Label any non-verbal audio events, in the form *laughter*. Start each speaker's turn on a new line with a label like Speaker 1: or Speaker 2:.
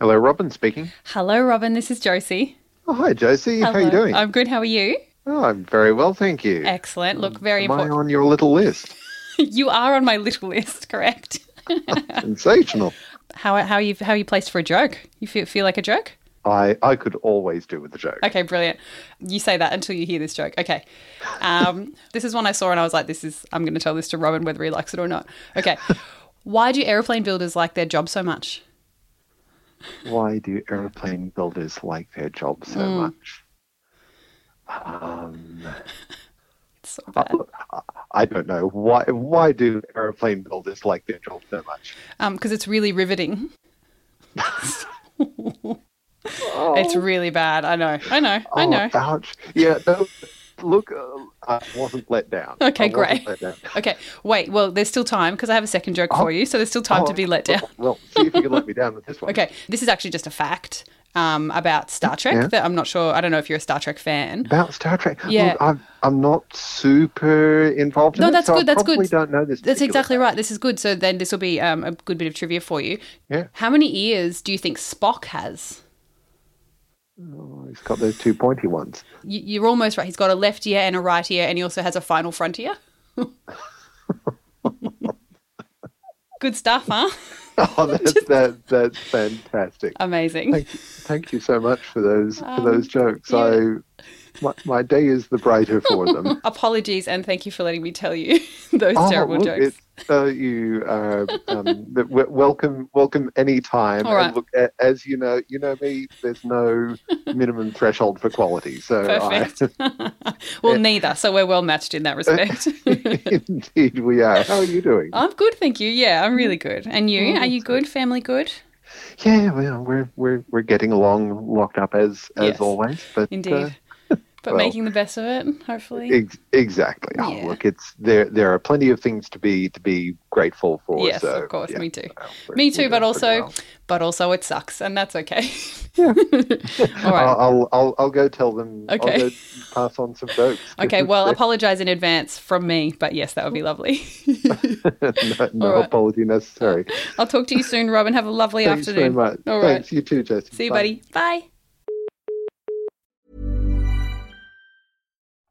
Speaker 1: Hello, Robin speaking.
Speaker 2: Hello, Robin. This is Josie.
Speaker 1: Oh, hi, Josie. How are you
Speaker 2: Hello.
Speaker 1: doing?
Speaker 2: I'm good. How are you?
Speaker 1: Oh, I'm very well, thank you.
Speaker 2: Excellent. Look, very
Speaker 1: Am I
Speaker 2: important.
Speaker 1: on your little list?
Speaker 2: *laughs* You are on my little *laughs* list, correct?
Speaker 1: Sensational.
Speaker 2: How, how are you how are you placed for a joke? You feel feel like a joke?
Speaker 1: I, I could always do with a joke.
Speaker 2: Okay, brilliant. You say that until you hear this joke. Okay. Um, *laughs* this is one I saw and I was like, this is, I'm going to tell this to Robin whether he likes it or not. Okay.
Speaker 1: *laughs*
Speaker 2: Why do airplane builders like their job so much?
Speaker 1: Why do airplane builders like their job so
Speaker 2: Hmm.
Speaker 1: much? Um,
Speaker 2: It's so bad.
Speaker 1: I don't know. Why why do airplane builders like their job so much?
Speaker 2: Because Um, it's really riveting. *laughs*
Speaker 1: *laughs*
Speaker 2: It's really bad. I know. I know. I
Speaker 1: Oh,
Speaker 2: know.
Speaker 1: Ouch. Yeah, no, look, uh, I wasn't let down.
Speaker 2: Okay,
Speaker 1: I wasn't
Speaker 2: great.
Speaker 1: let down.
Speaker 2: Okay. Wait. Well, there's still time because I have a second joke for you. So there's still time
Speaker 1: Oh,
Speaker 2: to be let
Speaker 1: *laughs*
Speaker 2: down.
Speaker 1: Well, see if you can let me down with
Speaker 2: *laughs*
Speaker 1: this one.
Speaker 2: Okay. This is actually just a fact um, about Star Trek
Speaker 1: Yeah.
Speaker 2: that I'm not sure. I don't know if you're a Star Trek fan.
Speaker 1: About Star Trek.
Speaker 2: Yeah.
Speaker 1: Look, I'm, I'm not super involved in
Speaker 2: No,
Speaker 1: it,
Speaker 2: that's
Speaker 1: so
Speaker 2: good,
Speaker 1: I
Speaker 2: that's good.
Speaker 1: probably don't know this.
Speaker 2: That's
Speaker 1: particular
Speaker 2: exactly
Speaker 1: fact.
Speaker 2: right. This is good. So then this will be um, a good bit of trivia for you.
Speaker 1: Yeah.
Speaker 2: How many ears do you think Spock has?
Speaker 1: Oh, he's got those two pointy ones. *laughs*
Speaker 2: You, you're almost right. He's got a left ear and a right ear, and he also has a final front ear. *laughs* good stuff, huh? *laughs*
Speaker 1: Oh, that's, that, that's fantastic.
Speaker 2: Amazing.
Speaker 1: Thank, thank you so much for those for those jokes.
Speaker 2: Um,
Speaker 1: I
Speaker 2: yeah.
Speaker 1: my, my day is the brighter for
Speaker 2: *laughs*
Speaker 1: them. Oh,
Speaker 2: Apologies and thank you for letting me tell you *laughs* those terrible
Speaker 1: look,
Speaker 2: jokes.
Speaker 1: It's, uh, you uh, um, that w- welcome welcome any time.
Speaker 2: All right.
Speaker 1: And look, a- as you know, you know me. There's
Speaker 2: *laughs*
Speaker 1: no minimum threshold for quality, so I,
Speaker 2: Perfect.
Speaker 1: *laughs*
Speaker 2: well, neither. So we're well matched in that respect. *laughs*
Speaker 1: *laughs* indeed we are. How are you doing?
Speaker 2: I'm good, thank you. Yeah, I'm really good. And you?
Speaker 1: Oh,
Speaker 2: Are you good? Family good?
Speaker 1: Yeah, well, we're we're we're getting along, locked up as as
Speaker 2: Yes,
Speaker 1: always. But
Speaker 2: Indeed.
Speaker 1: uh,
Speaker 2: but
Speaker 1: well.
Speaker 2: making the best of it, hopefully.
Speaker 1: ex- exactly.
Speaker 2: Yeah.
Speaker 1: Oh, look, it's there. There are plenty of things to be to be grateful for.
Speaker 2: yes,
Speaker 1: so,
Speaker 2: of course.
Speaker 1: yeah,
Speaker 2: Me too.
Speaker 1: uh, we're-
Speaker 2: Me
Speaker 1: we're
Speaker 2: too,
Speaker 1: doing
Speaker 2: but
Speaker 1: pretty
Speaker 2: also,
Speaker 1: well.
Speaker 2: but also, it sucks, and that's okay. *laughs* All right.
Speaker 1: I'll, I'll I'll I'll go tell them.
Speaker 2: Okay.
Speaker 1: I'll go pass on some jokes. *laughs*
Speaker 2: okay. Well, apologize in advance from me, but yes, that would be lovely. *laughs*
Speaker 1: no no
Speaker 2: all right.
Speaker 1: apology necessary.
Speaker 2: I'll talk to you soon, Robin. Have a lovely
Speaker 1: Thanks
Speaker 2: afternoon.
Speaker 1: very much.
Speaker 2: All right.
Speaker 1: Thanks. You too, Jesse.
Speaker 2: See you,
Speaker 1: Bye.
Speaker 2: buddy. Bye.